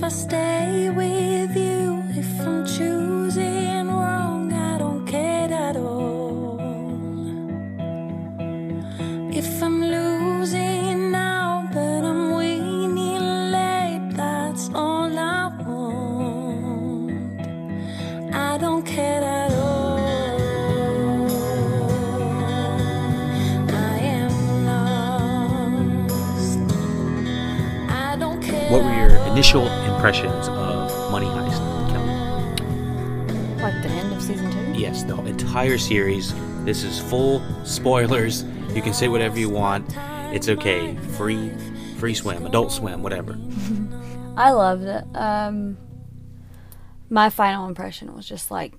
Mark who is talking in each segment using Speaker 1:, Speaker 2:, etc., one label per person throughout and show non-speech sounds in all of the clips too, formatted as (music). Speaker 1: I stay with you. If I'm choosing wrong, I don't care at all. If I'm losing now, but I'm winning late, that's all I want. I don't care at all. I am lost. I don't care.
Speaker 2: What were
Speaker 1: at
Speaker 2: your
Speaker 1: all.
Speaker 2: initial impressions of Money Heist, Kelly?
Speaker 3: Like the end of season two?
Speaker 2: Yes, the entire series. This is full spoilers. You can say whatever you want. It's okay. Free, free swim, adult swim, whatever.
Speaker 3: I loved it. Um, my final impression was just like,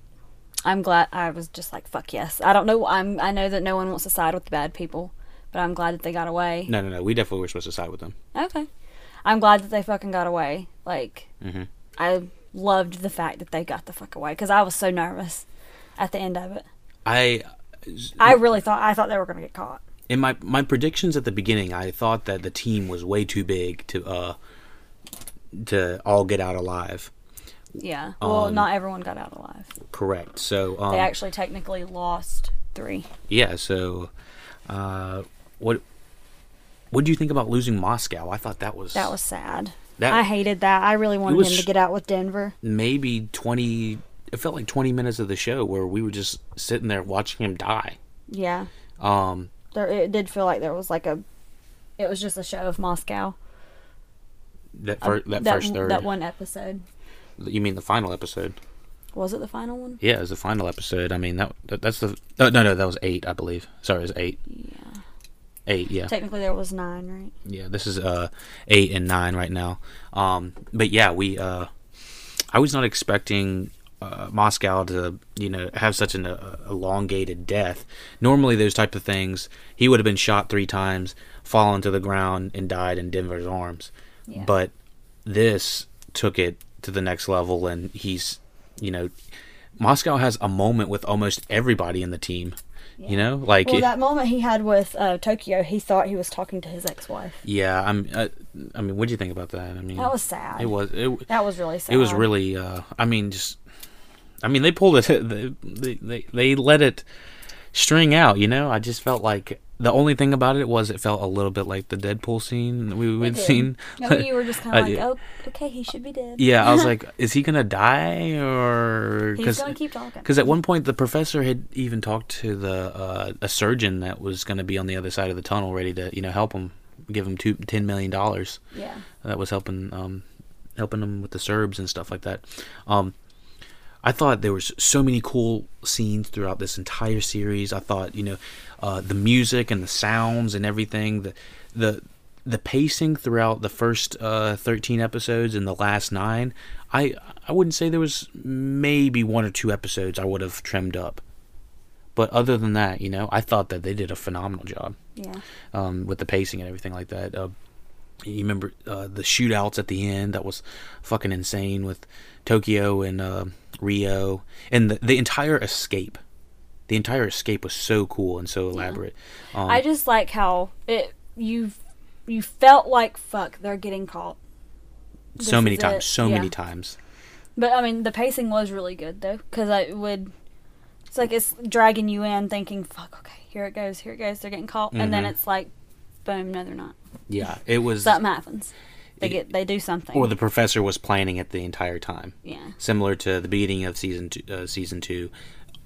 Speaker 3: I'm glad. I was just like, fuck yes. I don't know. I'm. I know that no one wants to side with the bad people, but I'm glad that they got away.
Speaker 2: No, no, no. We definitely were supposed to side with them.
Speaker 3: Okay. I'm glad that they fucking got away. Like,
Speaker 2: Mhm.
Speaker 3: I loved the fact that they got the fuck away because I was so nervous at the end of it.
Speaker 2: I,
Speaker 3: I really thought I thought they were gonna get caught.
Speaker 2: in my my predictions at the beginning, I thought that the team was way too big to uh to all get out alive.
Speaker 3: Yeah. Well,
Speaker 2: Um,
Speaker 3: not everyone got out alive.
Speaker 2: Correct. So um,
Speaker 3: They actually technically lost three.
Speaker 2: yeah. So uh, what what do you think about losing Moscow? I thought that was
Speaker 3: That was sad.
Speaker 2: That-
Speaker 3: I hated that. I really wanted
Speaker 2: was-
Speaker 3: him to get out with Denver.
Speaker 2: maybe 20 it felt like 20 minutes of the show where we were just sitting there watching him die
Speaker 3: Yeah.
Speaker 2: um
Speaker 3: There, it did feel like there was like a. It was just a show of Moscow.
Speaker 2: that, fir- that, first third
Speaker 3: Um, That one episode.
Speaker 2: you mean the final episode
Speaker 3: Was it the final one?
Speaker 2: yeah it was the final episode i mean that, that that's the oh, no no that was eight i believe sorry it was eight
Speaker 3: Yeah.
Speaker 2: eight yeah
Speaker 3: Technically, there was nine, right?
Speaker 2: yeah this is uh eight and nine right now um but yeah we uh i was not expecting uh, moscow to you know have such an uh, elongated death normally those type of things he would have been shot three times fallen to the ground and died in denver's arms
Speaker 3: Yeah.
Speaker 2: but this took it to the next level and he's you know moscow has a moment with almost everybody in the team you know like
Speaker 3: Well,
Speaker 2: it-
Speaker 3: that moment he had with uh, Tokyo, he thought he was talking to his ex-wife.
Speaker 2: yeah i'm uh, i mean what do you think about that i mean
Speaker 3: That was sad.
Speaker 2: Mm. it was it,
Speaker 3: That was really sad.
Speaker 2: it was really uh i mean just i mean they pulled it (laughs) they, they- they they let it string out you know i just felt like the only thing about it was it felt a little bit like the deadpool scene that we, we'd
Speaker 3: did.
Speaker 2: seen
Speaker 3: No, you were just kind
Speaker 2: I
Speaker 3: of like,
Speaker 2: did.
Speaker 3: oh, okay, he should be
Speaker 2: (laughs)
Speaker 3: dead.
Speaker 2: yeah
Speaker 3: (laughs)
Speaker 2: i was like is he gonna die or
Speaker 3: He's gonna keep talking.
Speaker 2: because at one point the professor had even talked to the uh, a surgeon that was gonna be on the other side of the tunnel ready to you know help him give him two ten million dollars
Speaker 3: Yeah.
Speaker 2: that was helping um helping them with the Serbs and stuff like that. Um I thought there was so many cool scenes throughout this entire series. I thought, you know, uh, the music and the sounds and everything, the the the pacing throughout the first uh, 13 episodes and the last 9, I I wouldn't say there was maybe one or two episodes I would have trimmed up. But other than that, you know, I thought that they did a phenomenal job
Speaker 3: Yeah.
Speaker 2: um, with the pacing and everything like that. Uh, you remember uh, the shootouts at the end? That was fucking insane with Tokyo and uh, Rio, and the, the entire escape. The entire escape was so cool and so elaborate. Um,
Speaker 3: I just like how it you you felt like fuck they're getting caught. this
Speaker 2: so many
Speaker 3: is
Speaker 2: times,
Speaker 3: it,
Speaker 2: so many
Speaker 3: yeah.
Speaker 2: times.
Speaker 3: But I mean, the pacing was really good though, because I would. It's like it's dragging you in, thinking, "Fuck, okay, here it goes, here it goes." They're getting caught, and then
Speaker 2: Mhm.
Speaker 3: it's like, "Boom, no, they're not."
Speaker 2: Yeah,
Speaker 3: (laughs)
Speaker 2: it was.
Speaker 3: Something happens. They
Speaker 2: It-
Speaker 3: get, they do something.
Speaker 2: Or the professor was planning it the entire time.
Speaker 3: yeah,
Speaker 2: similar to the beginning of season two, uh, season two.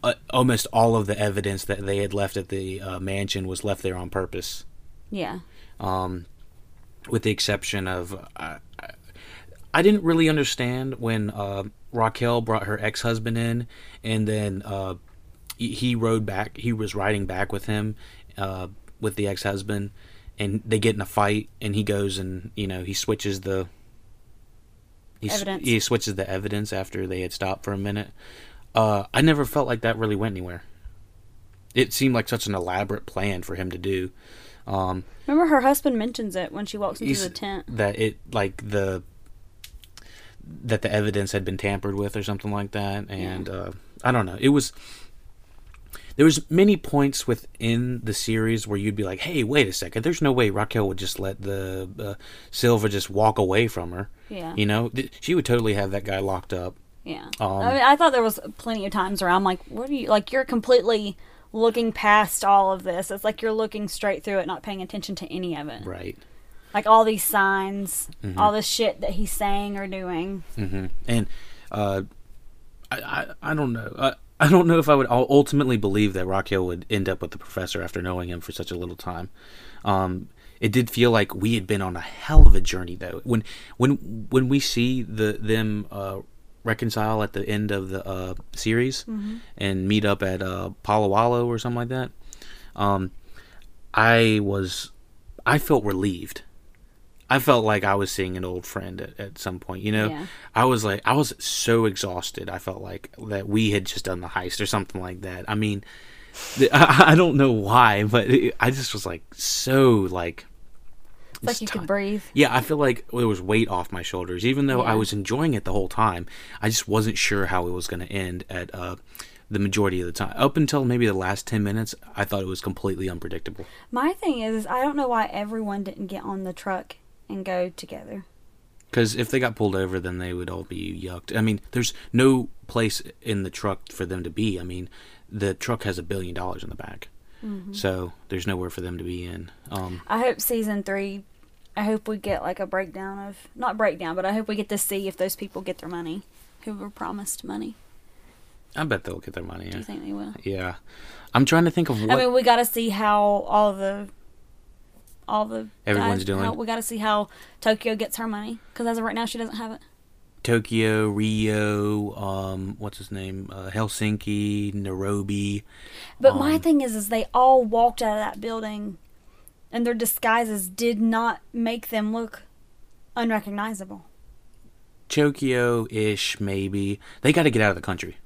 Speaker 2: Uh, almost all of the evidence that they had left at the uh, mansion was left there on purpose.
Speaker 3: yeah,
Speaker 2: um, with the exception of uh, I- I didn't really understand when uh, Raquel brought her ex husband in, and then uh, he- he rode back. He was riding back with him, uh, with the ex husband, and they get in a fight, and he goes and you know he switches the. He, s-
Speaker 3: Evidence.
Speaker 2: he switches the evidence after they had stopped for a minute. Uh, I never felt like that really went anywhere. It seemed like such an elaborate plan for him to do. Um,
Speaker 3: remember her husband mentions it when she walks into
Speaker 2: He's-
Speaker 3: the tent.
Speaker 2: that it like the that the evidence had been tampered with or something like that and uh, i don't know it was there was many points within the series where you'd be like, "Hey, wait a second. There's no way Raquel would just let the uh, Silva just walk away from her."
Speaker 3: Yeah.
Speaker 2: You know, Th- she would totally have that guy locked up.
Speaker 3: Yeah.
Speaker 2: Um,
Speaker 3: I mean, I thought there was plenty of times where I'm like, what are you, like, you're completely looking past all of this. It's like you're looking straight through it, not paying attention to any of it.
Speaker 2: Right. Mm-hmm.
Speaker 3: Like all these signs, all this shit that he's saying or doing.
Speaker 2: And uh, I, I, I don't know. I, I don't know if I would ul- ultimately believe that Raquel would end up with the professor after knowing him for such a little time. Um, it did feel like we had been on a hell of a journey, though. When when when we see the them uh, reconcile at the end of the uh, series and meet up at uh, Palo Alto or something like that, um, I was I felt relieved. I felt like I was seeing an old friend at, at some point. You know,
Speaker 3: Yeah.
Speaker 2: I was like, I was so exhausted. I felt like that we had just done the heist or something like that. I mean, th- (laughs) I, I don't know why, but it, I just was like so like.
Speaker 3: It's like
Speaker 2: just
Speaker 3: you
Speaker 2: ti-
Speaker 3: could breathe.
Speaker 2: Yeah, I feel like there was weight off my shoulders, even though I
Speaker 3: Yeah.
Speaker 2: was enjoying it the whole time. I just wasn't sure how it was going to end at uh, the majority of the time. Up until maybe the last ten minutes, I thought it was completely unpredictable.
Speaker 3: My thing is, is I don't know why everyone didn't get on the truck and go together.
Speaker 2: Because if they got pulled over, then they would all be yucked. I mean, there's no place in the truck for them to be. I mean, the truck has a billion dollars in the back,
Speaker 3: Mm-hmm.
Speaker 2: so there's nowhere for them to be in. Um,
Speaker 3: I hope season three, I hope we get like a breakdown of, not breakdown, but I hope we get to see if those people get their money who were promised money.
Speaker 2: I bet they'll get their money.
Speaker 3: Do you think they will?
Speaker 2: Yeah, I'm trying to think of what
Speaker 3: I mean, we got to see how all the all the
Speaker 2: Everyone's
Speaker 3: guys-
Speaker 2: doing.
Speaker 3: How, we got to see how Tokyo gets her money because as of right now, she doesn't have it.
Speaker 2: Tokyo, Rio, um, what's his name, uh, Helsinki, Nairobi.
Speaker 3: But my
Speaker 2: Um,
Speaker 3: thing is, is they all walked out of that building, and their disguises did not make them look unrecognizable.
Speaker 2: Tokyo ish, maybe. They got to get out of the country.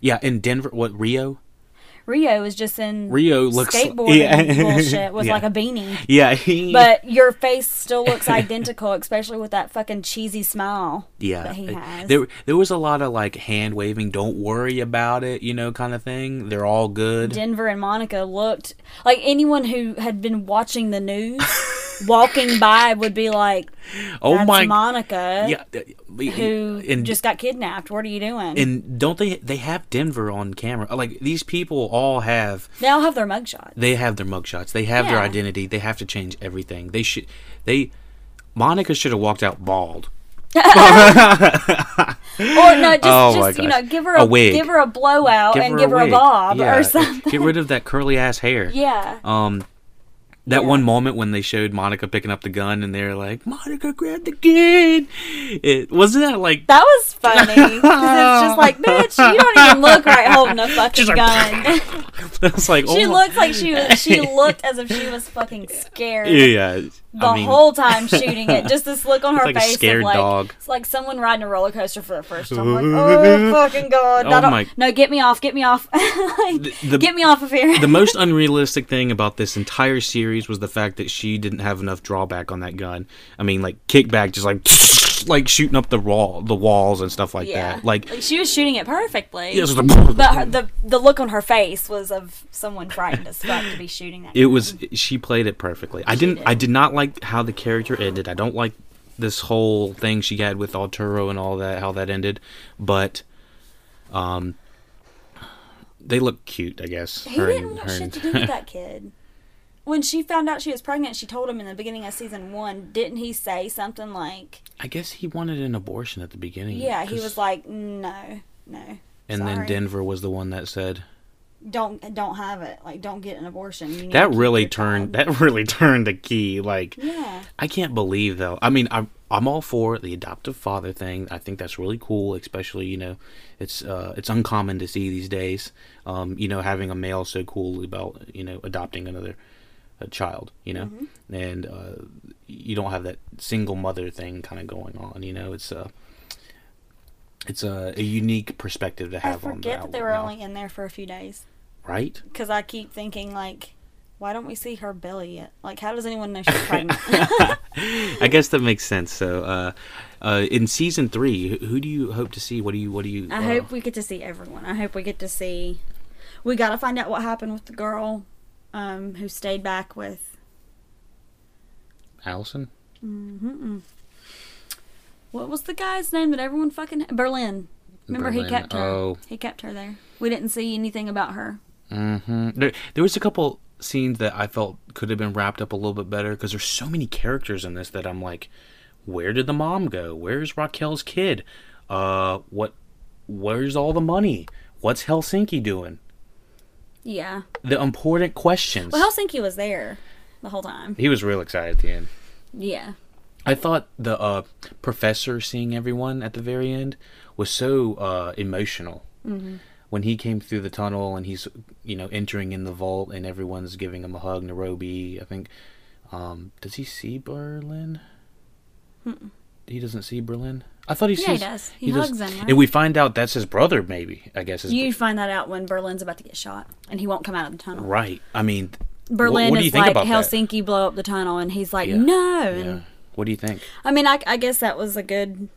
Speaker 2: Yeah, in Denver, what Rio? (laughs)
Speaker 3: Rio is just in
Speaker 2: Rio looks-
Speaker 3: skateboarding
Speaker 2: yeah.
Speaker 3: (laughs) bullshit with
Speaker 2: (laughs) Yeah.
Speaker 3: like a beanie,
Speaker 2: Yeah,
Speaker 3: but your face
Speaker 2: (laughs)
Speaker 3: still looks identical, especially with that fucking cheesy smile.
Speaker 2: yeah,
Speaker 3: that he
Speaker 2: it-
Speaker 3: has.
Speaker 2: there there was a lot of like hand waving, don't worry about it, you know, kind of thing. They're all good.
Speaker 3: Denver and Monica looked like anyone who had been watching the news
Speaker 2: (laughs)
Speaker 3: walking by would be like,
Speaker 2: oh
Speaker 3: "That's
Speaker 2: my,
Speaker 3: Monica
Speaker 2: yeah, th-
Speaker 3: who
Speaker 2: and
Speaker 3: just got kidnapped. What are you doing?"
Speaker 2: and don't they they have Denver on camera? Like these people all have
Speaker 3: they all have their mugshot.
Speaker 2: they have their mugshots, they have their
Speaker 3: Yeah.
Speaker 2: identity, they have to change everything. They should they Monica should have walked out bald.
Speaker 3: Or
Speaker 2: (gasps)
Speaker 3: no, just,
Speaker 2: Oh my
Speaker 3: just you
Speaker 2: gosh.
Speaker 3: know, give her
Speaker 2: A
Speaker 3: a,
Speaker 2: wig.
Speaker 3: give her a blowout Oh, and give her a
Speaker 2: wig.
Speaker 3: bob
Speaker 2: Yeah,
Speaker 3: or something. (laughs)
Speaker 2: Get rid of that curly ass hair.
Speaker 3: Yeah,
Speaker 2: Um, that
Speaker 3: Yeah.
Speaker 2: one moment when they showed Monica picking up the gun and they're like, "Monica grabbed the gun," it wasn't that like (laughs)
Speaker 3: that was funny. 'Cause it's just like, bitch, you don't even look right
Speaker 2: (laughs)
Speaker 3: holding a fucking
Speaker 2: like,
Speaker 3: gun. (laughs)
Speaker 2: that was like
Speaker 3: she
Speaker 2: oh my-
Speaker 3: looks like she
Speaker 2: (laughs)
Speaker 3: was. She looked as if she was fucking scared.
Speaker 2: yeah
Speaker 3: the
Speaker 2: (laughs)
Speaker 3: whole time shooting it. Just this look on her
Speaker 2: like a
Speaker 3: face. of,
Speaker 2: scared
Speaker 3: like,
Speaker 2: dog.
Speaker 3: It's like someone riding a roller coaster for the first
Speaker 2: (laughs)
Speaker 3: time. Like, oh fucking god!
Speaker 2: Oh
Speaker 3: I don't-
Speaker 2: my-
Speaker 3: No, get me off! Get me off! (laughs) Like,
Speaker 2: the-
Speaker 3: get me off of here!
Speaker 2: the most unrealistic thing about this entire series was the fact that she didn't have enough drawback on that gun. I mean, like kickback, just like like (laughs) shooting up the wall, the walls and stuff like
Speaker 3: yeah,
Speaker 2: that. Like,
Speaker 3: (laughs) she was shooting it perfectly.
Speaker 2: it was, (laughs)
Speaker 3: but her, the the look on her face was of someone frightened as fuck to be shooting that.
Speaker 2: it was she played it perfectly. I didn't. I did not like how the character ended. I don't like this whole thing she had with Alturo and all that. How that ended, but um, they look cute. I guess
Speaker 3: he
Speaker 2: her
Speaker 3: didn't
Speaker 2: and-
Speaker 3: want
Speaker 2: her
Speaker 3: shit
Speaker 2: and-
Speaker 3: to
Speaker 2: (laughs)
Speaker 3: do with that kid. When she found out she was pregnant, she told him in the beginning of season one. Didn't he say something like,
Speaker 2: I guess he wanted an abortion at the beginning.
Speaker 3: "Yeah"? He
Speaker 2: 'cause-
Speaker 3: was like, "No, no."
Speaker 2: Mm, and then
Speaker 3: sorry."
Speaker 2: Denver was the one that said.
Speaker 3: don't don't have it. Like don't get an abortion. You need to
Speaker 2: That
Speaker 3: keep
Speaker 2: really
Speaker 3: your
Speaker 2: turned.
Speaker 3: child.
Speaker 2: That (laughs) really turned the key. Like
Speaker 3: Yeah.
Speaker 2: I can't believe though. I mean, I'm I'm all for the adoptive father thing. I think that's really cool, especially you know, it's uh, it's uncommon to see these days. Um, you know, having a male so cool about you know adopting another a child. You know,
Speaker 3: Mm-hmm.
Speaker 2: and uh, you don't have that single mother thing kind of going on. You know, it's uh, it's uh, a, a unique perspective to
Speaker 3: I
Speaker 2: have on
Speaker 3: forget
Speaker 2: that
Speaker 3: that they
Speaker 2: one
Speaker 3: were
Speaker 2: now,
Speaker 3: only in there for a few days
Speaker 2: right.
Speaker 3: because I keep thinking like, why don't we see her belly yet? Like, how does anyone
Speaker 2: (laughs)
Speaker 3: know she's pregnant?
Speaker 2: I guess that makes sense. So, uh, uh, in season three, who, who do you hope to see? What do you? What do you?
Speaker 3: I
Speaker 2: uh,
Speaker 3: hope we get to see everyone. I hope we get to see. we got to find out what happened with the girl um, who stayed back with
Speaker 2: Allison.
Speaker 3: what was the guy's name that everyone fucking Berlin. Remember he
Speaker 2: Berlin.
Speaker 3: kept her.
Speaker 2: Oh.
Speaker 3: He kept her there. We didn't see anything about her.
Speaker 2: hmm There, there was a couple scenes that I felt could have been wrapped up a little bit better because there's so many characters in this that I'm like, where did the mom go? Where's Raquel's kid? Uh, what? Where's all the money? What's Helsinki doing?
Speaker 3: Yeah.
Speaker 2: The important questions.
Speaker 3: Well, Helsinki was there the whole time.
Speaker 2: he was real excited at the end.
Speaker 3: Yeah.
Speaker 2: I thought the uh, professor seeing everyone at the very end was so uh, emotional.
Speaker 3: Mm-hmm.
Speaker 2: When he came through the tunnel and he's, you know, entering in the vault and everyone's giving him a hug, Nairobi, I think. Um, does he see Berlin? He doesn't see Berlin? I thought he
Speaker 3: Yeah,
Speaker 2: sees.
Speaker 3: he does. He hugs him, right?
Speaker 2: And we find out that's his brother, maybe. I guess. His
Speaker 3: You find that out when Berlin's about to get shot and he won't come out of the tunnel.
Speaker 2: right. I mean, wh-
Speaker 3: Berlin
Speaker 2: what do you
Speaker 3: is
Speaker 2: think
Speaker 3: like
Speaker 2: about that?
Speaker 3: Helsinki blow up the tunnel and he's like,
Speaker 2: Yeah.
Speaker 3: no. And
Speaker 2: Yeah. What do you think?
Speaker 3: I mean, I, I guess that was a good.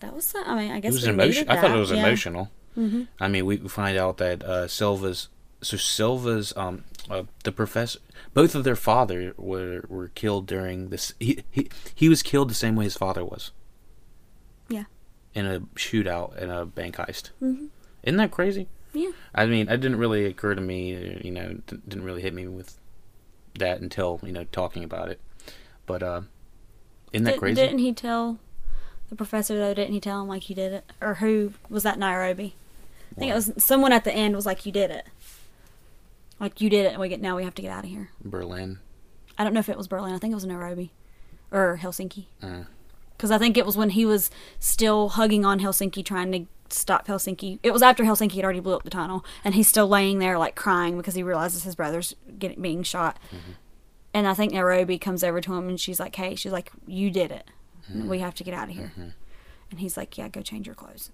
Speaker 3: That was. a- I mean, I guess
Speaker 2: It was
Speaker 3: we
Speaker 2: emotion.
Speaker 3: needed
Speaker 2: I thought
Speaker 3: that,
Speaker 2: it was
Speaker 3: yeah. Mm-hmm.
Speaker 2: emotional. I mean, we find out that uh, Silva's so Silva's um uh, the professor. Both of their father were were killed during this. He he he was killed the same way his father was
Speaker 3: Yeah. Mm-hmm.
Speaker 2: in a shootout in a bank heist. Isn't that crazy?
Speaker 3: Yeah.
Speaker 2: I mean, it didn't really occur to me. uh, You know, d- didn't really hit me with that until you know talking about it. But uh, isn't that
Speaker 3: Did,
Speaker 2: crazy?
Speaker 3: Didn't he tell the professor though? Didn't he tell him like he did it, or who was that? Nairobi. I think it was someone at the end was like, "You did it." Like you did it, and we get now we have to get out of here.
Speaker 2: Berlin.
Speaker 3: I don't know if it was Berlin. I think it was Nairobi, or Helsinki.
Speaker 2: Mm.
Speaker 3: Because I think it was when he was still hugging on Helsinki, trying to stop Helsinki. It was after Helsinki had already blew up the tunnel, and he's still laying there like crying because he realizes his brother's getting being shot. And I think Nairobi comes over to him, and she's like, "Hey," she's like, "You did it. We have to get out of here." And he's like, "Yeah, go change your clothes."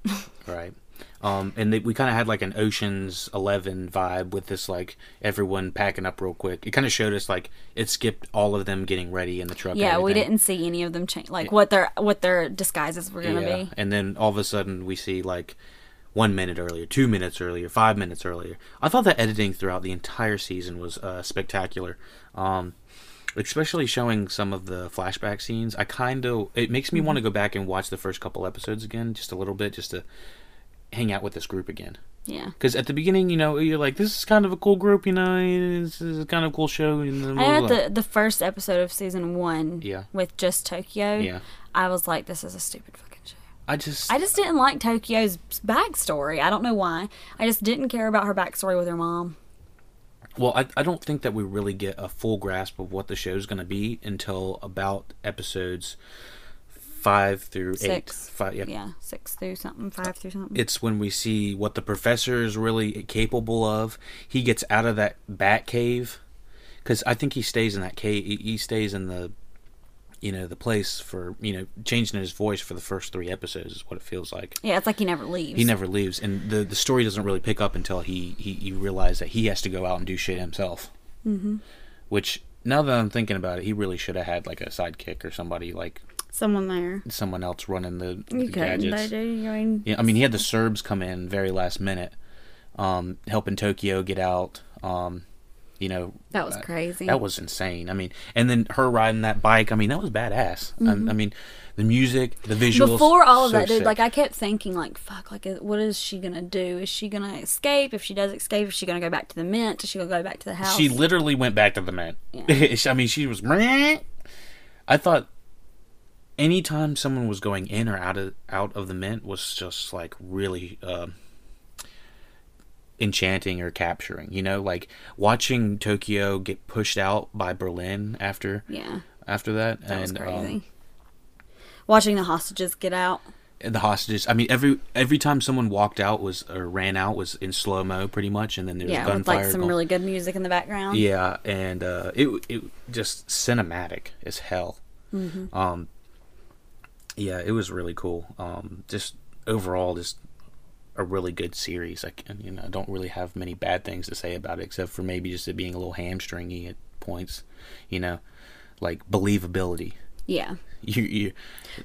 Speaker 2: Right. Um, and they, we kind of had like an Ocean's Eleven vibe with this, like everyone packing up real quick. It kind of showed us like it skipped all of them getting ready in the truck. and
Speaker 3: (laughs) yeah, we
Speaker 2: everything.
Speaker 3: didn't see any of them change like what their what their disguises were gonna be.
Speaker 2: And then all of a sudden we see like one minute earlier, two minutes earlier, five minutes earlier. I thought the editing throughout the entire season was uh, spectacular. Um, especially showing some of the flashback scenes. I kind of it makes me
Speaker 3: Mm-hmm.
Speaker 2: want to go back and watch the first couple episodes again, just a little bit, just to hang out with this group again.
Speaker 3: Yeah.
Speaker 2: Because at the beginning, you know, you're like, this is kind of a cool group, you know, this is a kind of cool show. And then
Speaker 3: I had
Speaker 2: like,
Speaker 3: the the first episode of season one
Speaker 2: Yeah.
Speaker 3: with just Tokyo.
Speaker 2: Yeah.
Speaker 3: I was like, this is a stupid fucking show.
Speaker 2: I just,
Speaker 3: I just didn't like Tokyo's backstory. I don't know why. I just didn't care about her backstory with her mom.
Speaker 2: well, I, I don't think that we really get a full grasp of what the show's going to be until about episodes five through eight.
Speaker 3: Six.
Speaker 2: Five, yeah.
Speaker 3: Yeah, six through something, five through something.
Speaker 2: It's when we see what the professor is really capable of. He gets out of that bat cave. Because I think he stays in that cave. He he stays in the, you know, the place for, you know, changing his voice for the first three episodes is what it feels like.
Speaker 3: yeah, it's like he never leaves.
Speaker 2: he never leaves and the the story doesn't really pick up until he he you realize that he has to go out and do shit himself mm-hmm. which now that i'm thinking about it he really should have had like a sidekick or somebody like
Speaker 3: Someone there.
Speaker 2: someone else running the, the
Speaker 3: You couldn't.
Speaker 2: gadgets
Speaker 3: They do. I mean,
Speaker 2: yeah i mean he had the serbs come in very last minute um helping tokyo get out um you know
Speaker 4: That was
Speaker 2: uh,
Speaker 4: crazy.
Speaker 2: that was insane i mean and then her riding that bike i mean that was badass I, I mean the music the visuals
Speaker 3: Mm-hmm. before all of
Speaker 2: so
Speaker 3: that, dude,
Speaker 2: sick.
Speaker 3: like I kept thinking, like, fuck, like, is- what is she gonna do? Is she gonna escape? If she does escape, is she gonna go back to the mint? Is she gonna go back to the house?
Speaker 2: She literally went back to the man. (laughs) I mean, she was. I thought anytime someone was going in or out of out of the mint was just like really um enchanting or capturing. You know, like watching Tokyo get pushed out by Berlin after
Speaker 3: yeah,
Speaker 2: after that,
Speaker 3: that
Speaker 2: and
Speaker 3: was
Speaker 2: um,
Speaker 3: crazy. Watching the hostages get out.
Speaker 2: the hostages. I mean, every every time someone walked out was or ran out was in slow mo, pretty much, and then there was
Speaker 3: Yeah,
Speaker 2: gunfire.
Speaker 3: with like some
Speaker 2: going-
Speaker 3: really good music in the background.
Speaker 2: Yeah, and uh, it it just cinematic as hell. Um, yeah, it was really cool. Um, just overall, just a really good series. I can, you know I don't really have many bad things to say about it, except for maybe just it being a little hamstringy at points. You know, like believability. (laughs)
Speaker 3: yeah.
Speaker 2: You you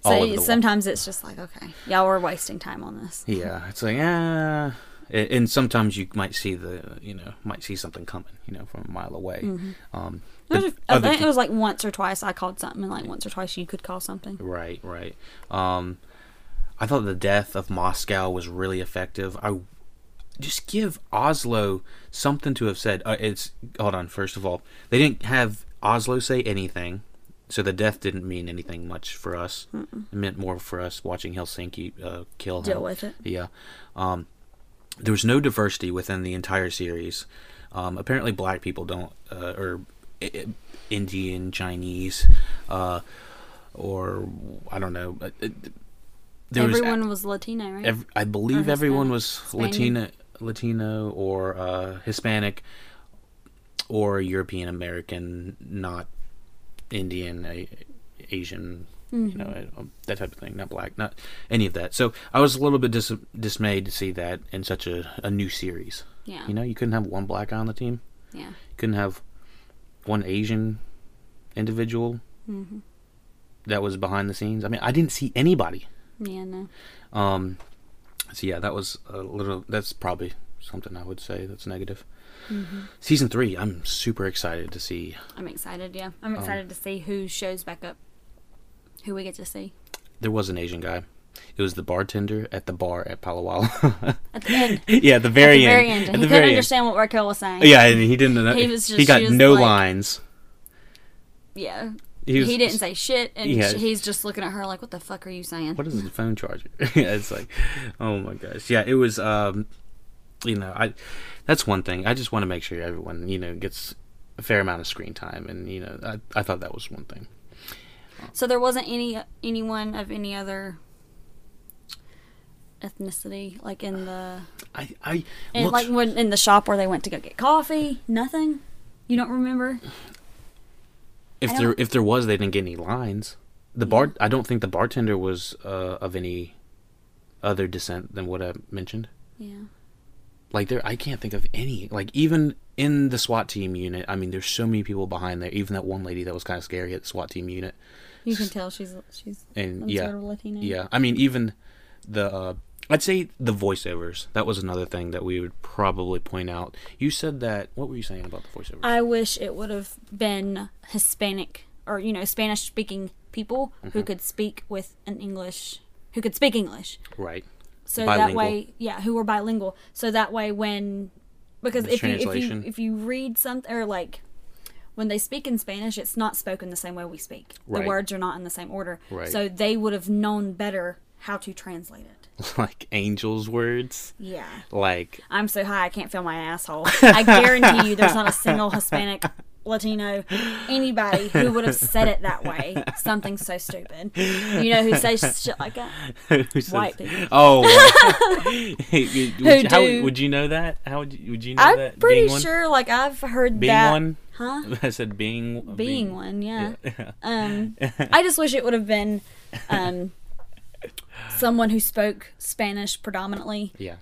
Speaker 3: So
Speaker 2: all over the
Speaker 3: you-
Speaker 2: wall.
Speaker 3: sometimes it's just like, okay, y'all were wasting time on this.
Speaker 2: Yeah, it's like ah, and, and sometimes you might see the you know might see something coming you know from a mile away. Um,
Speaker 3: There's
Speaker 2: the
Speaker 3: a- I
Speaker 2: other
Speaker 3: think it
Speaker 2: peop-
Speaker 3: was like once or twice I called something, and like once or twice you could call something.
Speaker 2: Right, right. Um, I thought the death of Moscow was really effective. I just give Oslo something to have said. Uh, it's hold on. First of all, they didn't have Oslo say anything, so the death didn't mean anything much for us. It meant more for us watching Helsinki uh, kill
Speaker 3: Deal
Speaker 2: him.
Speaker 3: with it.
Speaker 2: Yeah. Um, there was no diversity within the entire series. Um, apparently, black people don't, uh, or I- I- Indian, Chinese, uh, or I don't know. but it- There
Speaker 3: Everyone was Latino, right?
Speaker 2: ev- I believe
Speaker 3: Mm-hmm. or
Speaker 2: everyone
Speaker 3: Hispanic.
Speaker 2: was
Speaker 3: Spaniard.
Speaker 2: Latina, Latino, or uh, Hispanic, or European American, not Indian, a, Asian, you know,
Speaker 3: Mm-hmm.
Speaker 2: uh, that type of thing. Not black, not any of that. So I was a little bit dis- dismayed to see that in such a, a new series.
Speaker 3: yeah.
Speaker 2: You know, you couldn't have one black guy on the team.
Speaker 3: Yeah.
Speaker 2: You couldn't have one Asian individual
Speaker 3: Mm-hmm.
Speaker 2: that was behind the scenes. I mean, I didn't see anybody.
Speaker 3: Yeah, no.
Speaker 2: Um, so yeah, that was a little. That's probably something I would say that's negative.
Speaker 3: Mm-hmm.
Speaker 2: Season three, I'm super excited to see.
Speaker 3: I'm excited, yeah. I'm
Speaker 2: Um,
Speaker 3: excited to see who shows back up. Who we get to see.
Speaker 2: There was an Asian guy. It was the bartender at the bar at Palo Alto. (laughs)
Speaker 3: At the end.
Speaker 2: yeah, at the very
Speaker 3: at the very
Speaker 2: end.
Speaker 3: end.
Speaker 2: At
Speaker 3: and
Speaker 2: the
Speaker 3: he couldn't
Speaker 2: very end.
Speaker 3: understand what Raquel was saying.
Speaker 2: Yeah, and he didn't. He
Speaker 3: He was
Speaker 2: He
Speaker 3: just-
Speaker 2: got
Speaker 3: she was
Speaker 2: no
Speaker 3: like-
Speaker 2: lines.
Speaker 3: Yeah.
Speaker 2: He,
Speaker 3: He,
Speaker 2: was,
Speaker 3: didn't say shit, and
Speaker 2: Yeah.
Speaker 3: sh he's just looking at her like, "What the fuck are you saying?"
Speaker 2: What is the phone charger? (laughs) yeah, it's like, oh my gosh. Yeah, it was. Um, you know, I. That's one thing. I just want to make sure everyone, you know, gets a fair amount of screen time, and you know, I, I thought that was one thing.
Speaker 3: So there wasn't any anyone of any other ethnicity, like in the
Speaker 2: I, I
Speaker 3: and
Speaker 2: looked-
Speaker 3: like when in the shop where they went to go get coffee. Nothing. You don't remember?
Speaker 2: if
Speaker 3: I
Speaker 2: there
Speaker 3: don't-
Speaker 2: if there was, they didn't get any lines. The bar, I don't think the bartender was uh, of any other descent than what I mentioned.
Speaker 3: Yeah.
Speaker 2: Like there, I can't think of any. Like even in the SWAT team unit, I mean, there's so many people behind there. Even that one lady that was kind of scary at the SWAT team unit,
Speaker 3: You can tell she's she's
Speaker 2: and
Speaker 3: some
Speaker 2: yeah,
Speaker 3: sort of Latino.
Speaker 2: yeah. I mean, even the uh, I'd say the voiceovers. That was another thing that we would probably point out. You said that. What were you saying about the voiceovers?
Speaker 3: I wish it would have been Hispanic or you know Spanish speaking people
Speaker 2: Mm-hmm.
Speaker 3: who could speak with an English who could speak English.
Speaker 2: right. (laughs)
Speaker 3: so that
Speaker 2: Bilingual.
Speaker 3: way yeah who were bilingual so that way when because
Speaker 2: The
Speaker 3: if you, if you
Speaker 2: translation.
Speaker 3: if you read something or like when they speak in spanish it's not spoken the same way we speak
Speaker 2: Right.
Speaker 3: the words are not in the same order
Speaker 2: Right.
Speaker 3: so they would have known better how to translate it
Speaker 2: like angels' words.
Speaker 3: yeah
Speaker 2: Like
Speaker 3: i'm so high i can't feel my asshole i guarantee you there's not a
Speaker 2: (laughs)
Speaker 3: single hispanic latino anybody who would have said it that way something so stupid you know who says shit like that
Speaker 2: (laughs) Who says-
Speaker 3: White people. (laughs)
Speaker 2: Oh, (laughs) would, you- how,
Speaker 3: do-
Speaker 2: would you know that? How would you, would you know
Speaker 3: i'm
Speaker 2: that?
Speaker 3: pretty
Speaker 2: being
Speaker 3: sure like i've heard
Speaker 2: one. Being
Speaker 3: that
Speaker 2: one. (laughs)
Speaker 3: huh
Speaker 2: I said being.
Speaker 3: being one, yeah.
Speaker 2: Yeah.
Speaker 3: Um,
Speaker 2: (laughs)
Speaker 3: I just wish it would have been um, someone who spoke Spanish predominantly
Speaker 2: Yeah.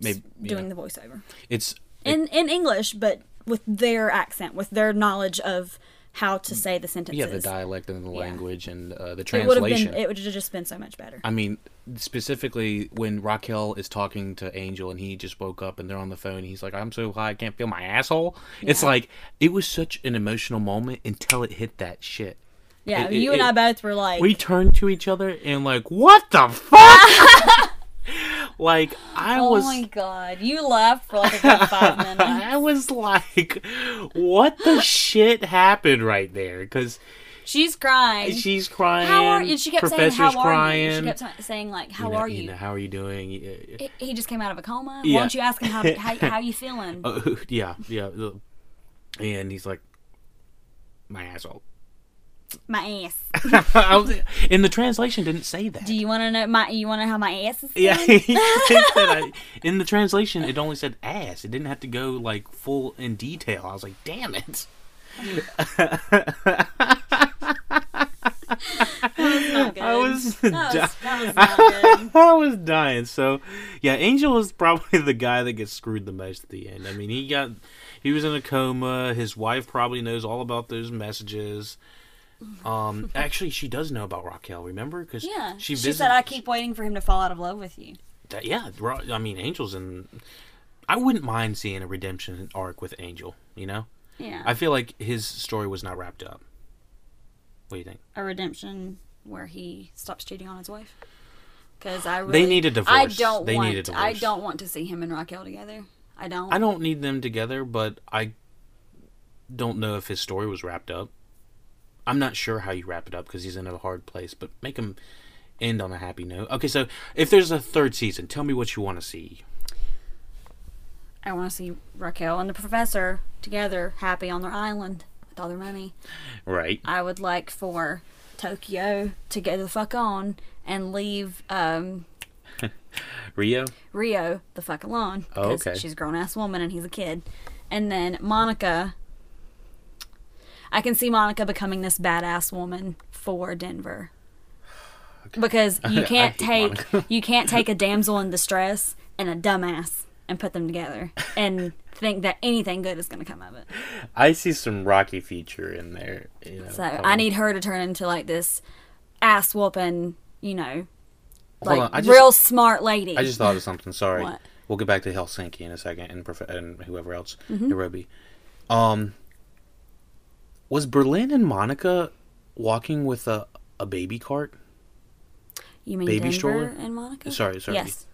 Speaker 2: Maybe
Speaker 3: doing
Speaker 2: yeah.
Speaker 3: the voiceover
Speaker 2: it's
Speaker 3: in in English, but with their accent, with their knowledge of how to say the sentences.
Speaker 2: yeah the dialect and the language and uh, the
Speaker 3: It would have
Speaker 2: translation.
Speaker 3: been. It would have just been so much better.
Speaker 2: I mean, specifically when Raquel is talking to Angel and he just woke up and they're on the phone. He's like, "I'm so high, I can't feel my asshole." It's like it was such an emotional moment until it hit that shit.
Speaker 3: yeah,
Speaker 2: it-
Speaker 3: you
Speaker 2: it-
Speaker 3: and I both were like,
Speaker 2: we turned to each other and like what the fuck
Speaker 3: (laughs)
Speaker 2: like i
Speaker 3: "Oh
Speaker 2: was
Speaker 3: my god!" You laughed for like a good
Speaker 2: (laughs)
Speaker 3: five minutes.
Speaker 2: i was like what the shit happened right there because
Speaker 3: She's crying.
Speaker 2: she's crying
Speaker 3: how are you? She kept
Speaker 2: professor's
Speaker 3: saying, "How are
Speaker 2: crying
Speaker 3: you?" She kept t- saying, "Like, how
Speaker 2: know,
Speaker 3: are you?"
Speaker 2: know, how are you doing
Speaker 3: He- he just came out of a coma.
Speaker 2: Yeah.
Speaker 3: Why don't you ask him how how,
Speaker 2: (laughs)
Speaker 3: how you feeling?
Speaker 2: Uh, (laughs) yeah yeah and he's like my asshole (laughs)
Speaker 3: my ass.
Speaker 2: I was- and the translation didn't say that
Speaker 3: Do you want to know my? You want to know how my ass is?
Speaker 2: Yeah,
Speaker 3: feeling?
Speaker 2: (laughs) he said that I- in the translation, it only said ass. It didn't have to go like full in detail. I was like, damn it.
Speaker 3: Not good.
Speaker 2: I was,
Speaker 3: That was, that was not good.
Speaker 2: (laughs) I was dying. So, yeah, Angel is probably (laughs) the guy that gets screwed the most at the end. I mean, he got, he was in a coma. His wife probably knows all about those messages. Um, actually, she does know about Raquel. Remember? Because
Speaker 3: Yeah.
Speaker 2: she,
Speaker 3: She,
Speaker 2: visited,
Speaker 3: said, "I keep waiting for him to fall out of love with you."
Speaker 2: that, yeah, Ro- I mean, Angel's in. I wouldn't mind seeing a redemption arc with Angel. You know,
Speaker 3: Yeah.
Speaker 2: I feel like his story was not wrapped up. What do you think?
Speaker 3: a redemption where he stops cheating on his wife. Because I really,
Speaker 2: They need a divorce.
Speaker 3: I don't
Speaker 2: They
Speaker 3: want.
Speaker 2: need a
Speaker 3: I
Speaker 2: divorce.
Speaker 3: don't want to see him and Raquel together. I don't.
Speaker 2: I don't need them together, but I don't know if his story was wrapped up. I'm not sure how you wrap it up because he's in a hard place, but make him end on a happy note. Okay, so if there's a third season, tell me what you want to see.
Speaker 3: I want to see Raquel and the professor together, happy on their island with all their money.
Speaker 2: Right.
Speaker 3: I would like for Tokyo to go the fuck on and leave um,
Speaker 2: Rio?
Speaker 3: Rio the fuck alone.
Speaker 2: Oh,
Speaker 3: 'cause
Speaker 2: okay.
Speaker 3: She's a grown ass woman and he's a kid. And then Monica. I can see Monica becoming this badass woman for Denver.
Speaker 2: (laughs)
Speaker 3: Because you
Speaker 2: I
Speaker 3: can't
Speaker 2: hate
Speaker 3: take
Speaker 2: Monica.
Speaker 3: you can't take a damsel in distress and a dumbass and put them together and think that anything good is going to come of it.
Speaker 2: I see some Rocky feature in there. You know, Um,
Speaker 3: So I need her to turn into like this ass whooping, you know, like
Speaker 2: on, I just-
Speaker 3: real smart lady.
Speaker 2: I just thought of something. Sorry.
Speaker 3: What?
Speaker 2: We'll get back to Helsinki in a second and, prof- and whoever else,
Speaker 3: Mm-hmm.
Speaker 2: Nairobi. Um, was Berlin and Monica walking with a, a baby cart?
Speaker 3: Mm-hmm. you mean
Speaker 2: baby
Speaker 3: Denver
Speaker 2: stroller?
Speaker 3: and Monica?
Speaker 2: Sorry, sorry.
Speaker 3: Yes.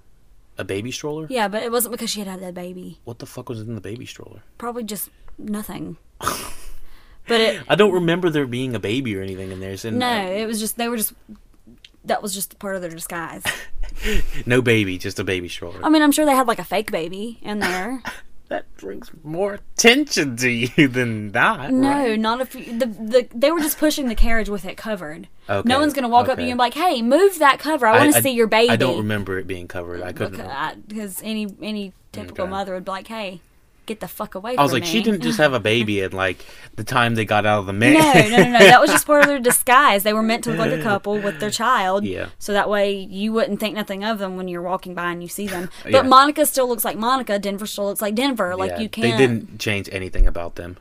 Speaker 2: A baby stroller?
Speaker 3: Yeah, but it wasn't because she had had that baby.
Speaker 2: What the fuck was in the baby stroller?
Speaker 3: Probably just nothing.
Speaker 2: (laughs)
Speaker 3: but it
Speaker 2: I don't remember there being a baby or anything in there. It's in-
Speaker 3: no, it was just they were just that was just part of their disguise.
Speaker 2: no baby, just a baby stroller.
Speaker 3: I mean, I'm sure they had like a fake baby
Speaker 2: (laughs)
Speaker 3: in there.
Speaker 2: that brings more attention to you (laughs) than that.
Speaker 3: No,
Speaker 2: right?
Speaker 3: not if you, the the they were just pushing the carriage with it covered.
Speaker 2: Okay,
Speaker 3: No one's gonna walk up to
Speaker 2: okay.
Speaker 3: you and be like, "Hey, move that cover. I, want to see your baby."
Speaker 2: I don't remember it being covered. I couldn't.
Speaker 3: because any any typical
Speaker 2: Okay.
Speaker 3: mother would be like, "Hey, get the fuck away!"
Speaker 2: I was
Speaker 3: from
Speaker 2: like,
Speaker 3: me.
Speaker 2: she didn't just have a baby at like the time they got out of the
Speaker 3: No,
Speaker 2: man.
Speaker 3: no, no, no. That was just
Speaker 2: (laughs)
Speaker 3: part of their disguise. They were meant to look like a couple with their child.
Speaker 2: Yeah.
Speaker 3: So that way you wouldn't think nothing of them when you're walking by and you see them. But
Speaker 2: Yeah.
Speaker 3: Monica still looks like Monica. Denver still looks like Denver. Like
Speaker 2: Yeah,
Speaker 3: you can't.
Speaker 2: They didn't change anything about them.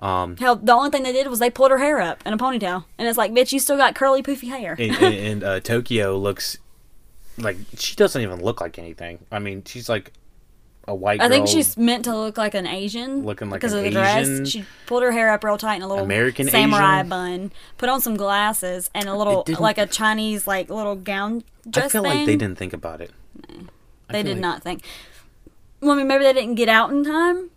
Speaker 2: Um,
Speaker 3: Hell, the only thing they did was they pulled her hair up in a ponytail, and it's like, bitch, you still got curly, poofy hair.
Speaker 2: and, and, and uh, Tokyo looks like she doesn't even look like anything. I mean, she's like a white.
Speaker 3: I think
Speaker 2: girl.
Speaker 3: she's meant to look like an Asian,
Speaker 2: Looking like
Speaker 3: because
Speaker 2: an
Speaker 3: of the dress.
Speaker 2: Asian.
Speaker 3: She pulled her hair up real tight in a little
Speaker 2: American
Speaker 3: samurai
Speaker 2: Asian.
Speaker 3: bun, put on some glasses, and a little
Speaker 2: didn't-
Speaker 3: like a Chinese like little gown dress
Speaker 2: I feel
Speaker 3: thing.
Speaker 2: like they didn't think about it. I
Speaker 3: They
Speaker 2: feel
Speaker 3: did
Speaker 2: like-
Speaker 3: not think. Well, I mean, maybe they didn't get out in time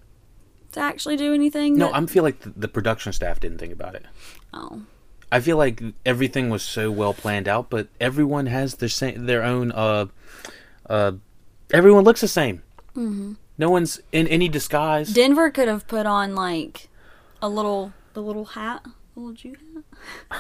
Speaker 3: to actually do anything.
Speaker 2: No,
Speaker 3: that-
Speaker 2: I feel like the, the production staff didn't think about it.
Speaker 3: Oh.
Speaker 2: I feel like everything was so well planned out, but everyone has their sa- their own. Uh, uh, everyone looks the same. Mm-hmm. No one's in any disguise.
Speaker 3: Denver could have put on like a little the little hat, the little Jew hat.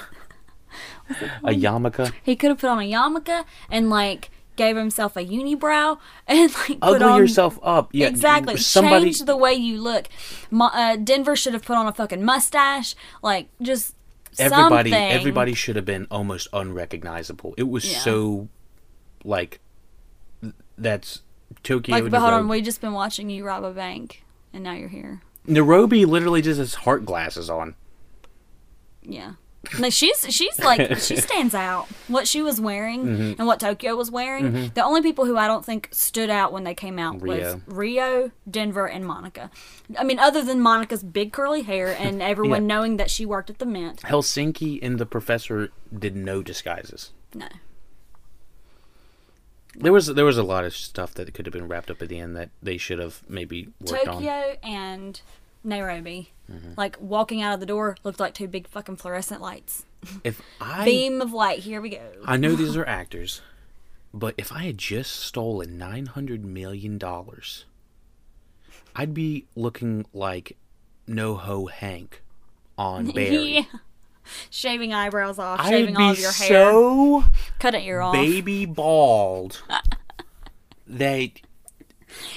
Speaker 2: a yarmulke.
Speaker 3: He could have put on a yarmulke and like gave himself a unibrow (laughs) and like put
Speaker 2: Ugly
Speaker 3: on
Speaker 2: yourself up. Yeah,
Speaker 3: Exactly.
Speaker 2: Somebody.
Speaker 3: Change the way you look. Mo- uh, Denver should have put on a fucking mustache. Like just
Speaker 2: everybody.
Speaker 3: something.
Speaker 2: Everybody should have been almost unrecognizable. It was
Speaker 3: Yeah.
Speaker 2: so, like, th- that's Tokyo.
Speaker 3: Like, but hold on,
Speaker 2: Nairobi.
Speaker 3: we've just been watching you rob a bank, and now you're here.
Speaker 2: Nairobi literally just has heart glasses on.
Speaker 3: Yeah. Like she's she's
Speaker 2: (laughs)
Speaker 3: like she stands out. What she was wearing
Speaker 2: Mm-hmm.
Speaker 3: and what Tokyo was wearing. The only people who I don't think stood out when they came out
Speaker 2: Rio.
Speaker 3: was Rio, Denver, and Monica. I mean, other than Monica's big curly hair
Speaker 2: (laughs)
Speaker 3: and everyone knowing that she worked at the Mint.
Speaker 2: Helsinki and the professor did no disguises.
Speaker 3: No.
Speaker 2: There was there was a lot of stuff that could have been wrapped up at the end that they should have maybe worked
Speaker 3: Tokyo
Speaker 2: on. Mm-hmm.
Speaker 3: and Nairobi. Like walking out of the door looked like two big fucking fluorescent lights.
Speaker 2: If I
Speaker 3: Beam of light. Here we go.
Speaker 2: I know
Speaker 3: (gasps)
Speaker 2: these are actors, but if I had just stolen nine hundred million dollars, I'd be looking like No Ho Hank
Speaker 3: (laughs)
Speaker 2: on Barry.
Speaker 3: Yeah. Shaving eyebrows off,
Speaker 2: I'd
Speaker 3: shaving
Speaker 2: be
Speaker 3: all of your hair,
Speaker 2: so
Speaker 3: (laughs) cut an ear off.
Speaker 2: baby bald that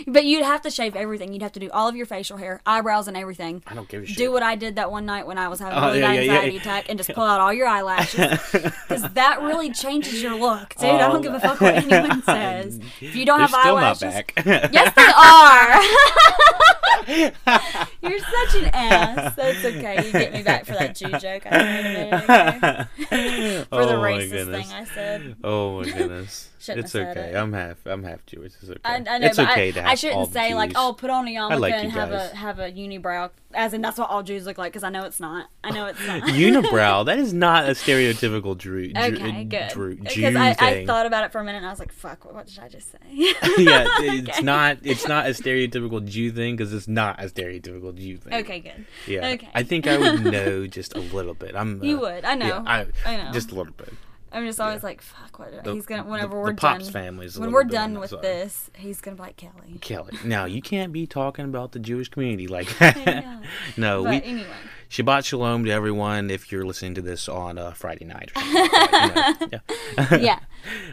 Speaker 3: but you'd have to shave everything. You'd have to do all of your facial hair, eyebrows, and everything.
Speaker 2: I don't give a shit.
Speaker 3: Do what I did that one night when I was having
Speaker 2: Oh,
Speaker 3: a really
Speaker 2: yeah,
Speaker 3: bad
Speaker 2: yeah, yeah,
Speaker 3: anxiety
Speaker 2: yeah.
Speaker 3: attack and just pull out all
Speaker 2: (laughs)
Speaker 3: your eyelashes because that really changes your look, dude. I don't give a fuck
Speaker 2: (laughs)
Speaker 3: what anyone says. If you don't
Speaker 2: Oh, They're
Speaker 3: have
Speaker 2: still not
Speaker 3: eyelashes,
Speaker 2: back.
Speaker 3: (laughs) yes, they are.
Speaker 2: (laughs)
Speaker 3: You're such an ass. That's okay. You get me back for that Jew joke. I made a
Speaker 2: (laughs)
Speaker 3: minute ago. For the
Speaker 2: Oh my
Speaker 3: racist
Speaker 2: goodness.
Speaker 3: thing I said.
Speaker 2: Oh my goodness.
Speaker 3: (laughs) Shouldn't
Speaker 2: it's
Speaker 3: have said
Speaker 2: okay.
Speaker 3: it.
Speaker 2: I'm half I'm half Jewish. It's okay.
Speaker 3: I, I know,
Speaker 2: it's
Speaker 3: but
Speaker 2: okay
Speaker 3: I,
Speaker 2: to have
Speaker 3: I
Speaker 2: all
Speaker 3: shouldn't
Speaker 2: the
Speaker 3: say like,
Speaker 2: Jews.
Speaker 3: "Oh, put on a yarmulke
Speaker 2: like you
Speaker 3: and have
Speaker 2: guys.
Speaker 3: a have a unibrow," as in that's what all Jews look like. Because I know it's not. I know it's
Speaker 2: (laughs)
Speaker 3: not.
Speaker 2: Unibrow, that is not a stereotypical Drew, Drew,
Speaker 3: okay, good.
Speaker 2: Drew, Jew
Speaker 3: Because I, I
Speaker 2: thing.
Speaker 3: thought about it for a minute, and I was like, "Fuck, what, what did I just say?" (laughs)
Speaker 2: yeah, it's not it's not a stereotypical Jew thing because it's not a stereotypical Jew thing.
Speaker 3: okay, good.
Speaker 2: Yeah.
Speaker 3: okay.
Speaker 2: I think I
Speaker 3: (laughs)
Speaker 2: would know just a little bit. I'm.
Speaker 3: You
Speaker 2: uh,
Speaker 3: would. I know.
Speaker 2: Yeah, I,
Speaker 3: I know.
Speaker 2: Just a little bit.
Speaker 3: I'm just always like, "Fuck, what?" did I-"
Speaker 2: The-
Speaker 3: he's gonna
Speaker 2: the-
Speaker 3: whenever
Speaker 2: the
Speaker 3: we're
Speaker 2: Pops
Speaker 3: done.
Speaker 2: family is a
Speaker 3: when
Speaker 2: little
Speaker 3: we're
Speaker 2: bit on
Speaker 3: done
Speaker 2: that
Speaker 3: with
Speaker 2: side.
Speaker 3: this, he's gonna be like Kelly.
Speaker 2: Kelly. Now you can't be talking about the Jewish community
Speaker 3: (laughs)
Speaker 2: like that. no,
Speaker 3: But
Speaker 2: we
Speaker 3: anyway,
Speaker 2: (laughs) Shabbat Shalom to everyone if you're listening to this on a Friday night. Or something like that, you know. Yeah.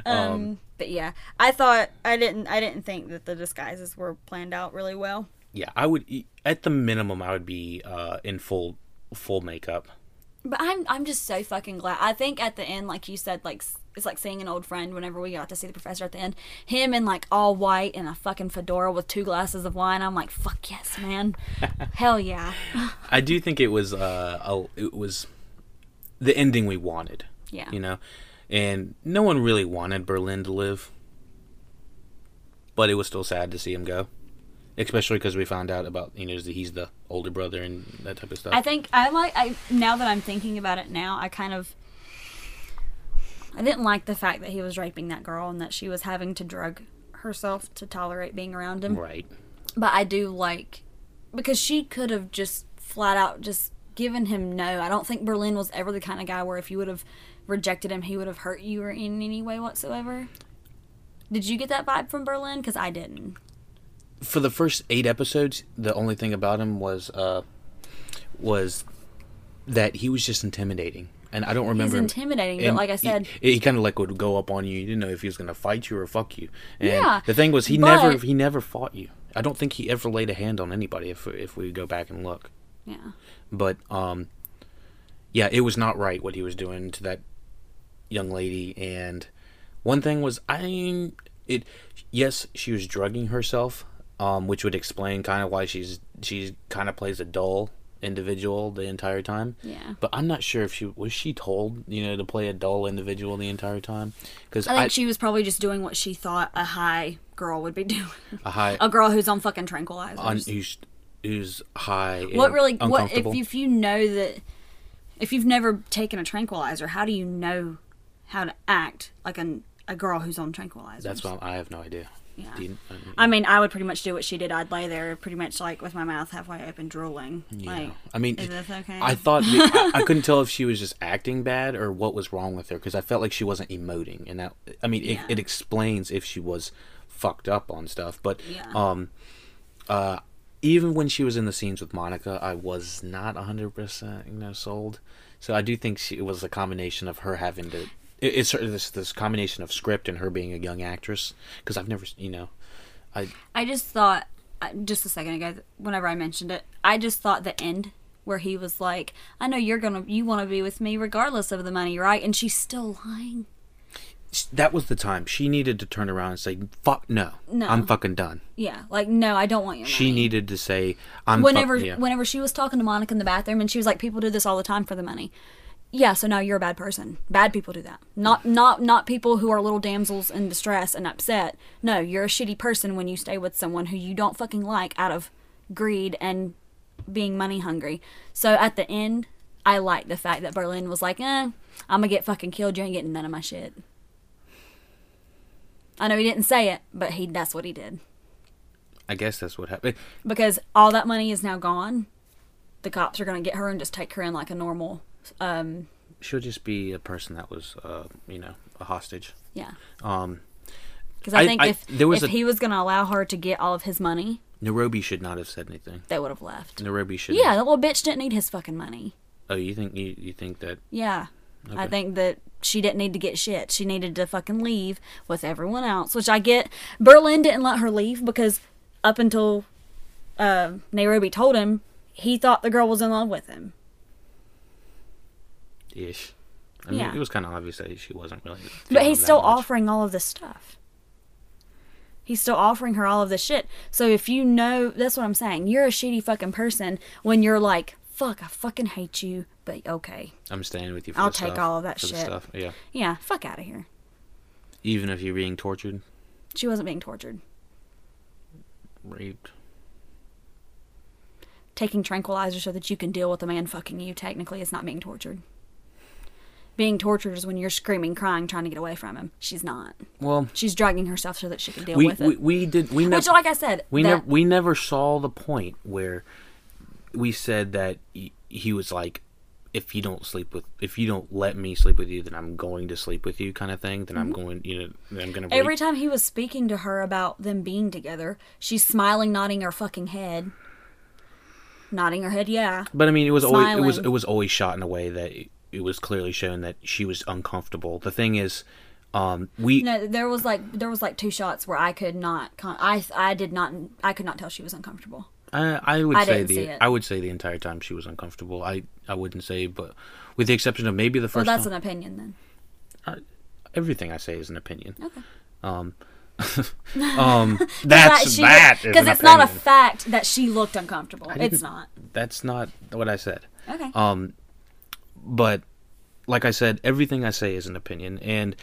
Speaker 3: yeah. Um, but yeah, I thought I didn't. I didn't think that the disguises were planned out really well.
Speaker 2: yeah, I would e, at the minimum I would be uh, in full full makeup.
Speaker 3: But I'm I'm just so fucking glad. I think at the end, like you said, like s- it's like seeing an old friend. Whenever we got to see the professor at the end, him in like all white and a fucking fedora with two glasses of wine. I'm like, fuck yes, man, hell yeah,
Speaker 2: I do think it was uh, a, it was the ending we wanted.
Speaker 3: yeah.
Speaker 2: you know and no one really wanted berlin to live but it was still sad to see him go especially because we found out about you know that he's the older brother and that type of stuff
Speaker 3: I think I like I now that I'm thinking about it now, I kind of I didn't like the fact that he was raping that girl and that she was having to drug herself to tolerate being around him.
Speaker 2: right
Speaker 3: But I do like because she could have just flat out just given him no. I don't think Berlin was ever the kind of guy where if you would have rejected him, he would have hurt you or in any way whatsoever. Did you get that vibe from Berlin? Because I didn't.
Speaker 2: for the first eight episodes the only thing about him was uh was that he was just intimidating and i don't remember him-
Speaker 3: intimidating, but
Speaker 2: and
Speaker 3: like I
Speaker 2: he-
Speaker 3: said-
Speaker 2: he, kind of like would go up on you you didn't know if he was gonna fight you or fuck you and
Speaker 3: Yeah,
Speaker 2: the thing was he never
Speaker 3: but-
Speaker 2: he never fought you i don't think he ever laid a hand on anybody if if we go back and look
Speaker 3: Yeah.
Speaker 2: but um yeah it was not right what he was doing to that young lady and one thing was i it yes she was drugging herself um which would explain kind of why she's she's kind of plays a dull individual the entire time
Speaker 3: Yeah.
Speaker 2: but i'm not sure if she was she told you know to play a dull individual the entire time because
Speaker 3: I think she was probably just doing what she thought a high girl would be (laughs) doing.
Speaker 2: a high
Speaker 3: a girl who's on fucking tranquilizers.
Speaker 2: on who's who's high
Speaker 3: what
Speaker 2: and
Speaker 3: really? What if,
Speaker 2: uncomfortable.
Speaker 3: if you know that? If you've never taken a tranquilizer, how do you know how to act like an, a girl who's on tranquilizers?
Speaker 2: that's why i have no idea
Speaker 3: Yeah.
Speaker 2: Do you- I-
Speaker 3: I mean, I would pretty much do what she did. I'd lay there, pretty much like with my mouth halfway open, drooling. Like,
Speaker 2: I mean,
Speaker 3: is this okay?
Speaker 2: I thought the, I, I couldn't
Speaker 3: (laughs)
Speaker 2: tell if she was just acting bad or what was wrong with her because I felt like she wasn't emoting, and that I mean,
Speaker 3: Yeah.
Speaker 2: it, it explains if she was fucked up on stuff. But
Speaker 3: Yeah.
Speaker 2: um, uh, even when she was in the scenes with Monica, I was not hundred percent you know sold. So I do think she, it was a combination of her having to. It, it's her, this this combination of script and her being a young actress because I've never s- you know, I
Speaker 3: I just thought, I- just a second ago, whenever I mentioned it, I just thought the end where he was like, "I know you're gonna, you want to be with me regardless of the money, right?" And she's still lying.
Speaker 2: that was the time she needed to turn around and say fuck no,
Speaker 3: No.
Speaker 2: I'm fucking done.
Speaker 3: Yeah, like no, I don't want your
Speaker 2: she
Speaker 3: money.
Speaker 2: needed to say i'm fu-
Speaker 3: whenever
Speaker 2: yeah.
Speaker 3: whenever she was talking to Monica in the bathroom, and she was like, "People do this all the time for the money." Yeah, so now you're a bad person. Bad people do that. Not not not people who are little damsels in distress and upset. No, you're a shitty person when you stay with someone who you don't fucking like out of greed and being money hungry. So at the end, I like the fact that Berlin was like, "Eh, I'm gonna get fucking killed. You ain't getting none of my shit." I know he didn't say it, but he that's what he did
Speaker 2: i guess that's what happened
Speaker 3: because all that money is now gone. The cops are going to get her and just take her in like a normal. Um,
Speaker 2: she'll just be a person that was uh, you know a hostage
Speaker 3: yeah,
Speaker 2: um
Speaker 3: because I,
Speaker 2: I-
Speaker 3: think
Speaker 2: I-
Speaker 3: if
Speaker 2: there was
Speaker 3: if
Speaker 2: a-
Speaker 3: he was going to allow her to get all of his money,
Speaker 2: nairobi should not have said anything
Speaker 3: they would have left.
Speaker 2: nairobi should
Speaker 3: Yeah, the little bitch didn't need his fucking money.
Speaker 2: oh you think you, you think that
Speaker 3: Yeah, I
Speaker 2: Okay.
Speaker 3: think that she didn't need to get shit. She needed to fucking leave with everyone else, which I get. Berlin didn't let her leave because up until uh, Nairobi told him, he thought the girl was in love with him.
Speaker 2: Ish. I mean,
Speaker 3: Yeah.
Speaker 2: it was kind of obvious that she wasn't really.
Speaker 3: But
Speaker 2: feeling
Speaker 3: he's
Speaker 2: that
Speaker 3: still
Speaker 2: much.
Speaker 3: offering all of this stuff. He's still offering her all of this shit. So if you know, that's what I'm saying. You're a shitty fucking person when you're like, fuck, I fucking hate you, but okay.
Speaker 2: I'm staying with you. For
Speaker 3: I'll
Speaker 2: the
Speaker 3: take
Speaker 2: stuff,
Speaker 3: all of that
Speaker 2: for the
Speaker 3: shit.
Speaker 2: stuff. Yeah.
Speaker 3: Yeah, fuck out of here.
Speaker 2: Even if you're being tortured,
Speaker 3: She wasn't being tortured.
Speaker 2: raped.
Speaker 3: Taking tranquilizer so that you can deal with the man fucking you technically is not being tortured. Being tortured is when you're screaming, crying, trying to get away from him. She's not.
Speaker 2: Well,
Speaker 3: She's dragging herself so that she can deal
Speaker 2: we,
Speaker 3: with it.
Speaker 2: we we did we never
Speaker 3: Which, like I said,
Speaker 2: we
Speaker 3: that-
Speaker 2: never we never saw the point where we said that he, he was like, if you don't sleep with, if you don't let me sleep with you, then I'm going to sleep with you, kind of thing. Then I'm
Speaker 3: Mm-hmm.
Speaker 2: going, you know, then I'm gonna.
Speaker 3: Every
Speaker 2: rape-
Speaker 3: time he was speaking to her about them being together, she's smiling, nodding her fucking head. Nodding her head, yeah.
Speaker 2: But I mean, it was always it was
Speaker 3: Smiling.
Speaker 2: it was always shot in a way that it, it was clearly shown that she was uncomfortable. The thing is, um, we
Speaker 3: No, there was like there was like two shots where I could not con- I I did not I could not tell she was uncomfortable.
Speaker 2: I, I would
Speaker 3: I
Speaker 2: say
Speaker 3: didn't see
Speaker 2: the
Speaker 3: it.
Speaker 2: I would say the entire time she was uncomfortable. I I wouldn't say, but with the exception of maybe the
Speaker 3: Well,
Speaker 2: first
Speaker 3: that's
Speaker 2: time,
Speaker 3: an opinion then.
Speaker 2: everything I say is an opinion.
Speaker 3: Okay. (laughs)
Speaker 2: Um, (laughs) um, that's that is
Speaker 3: because
Speaker 2: an
Speaker 3: it's not a
Speaker 2: opinion.
Speaker 3: fact that she looked uncomfortable.
Speaker 2: didn't-
Speaker 3: It's not.
Speaker 2: that's not what I said.
Speaker 3: Okay.
Speaker 2: Um, but like I said, everything I say is an opinion, and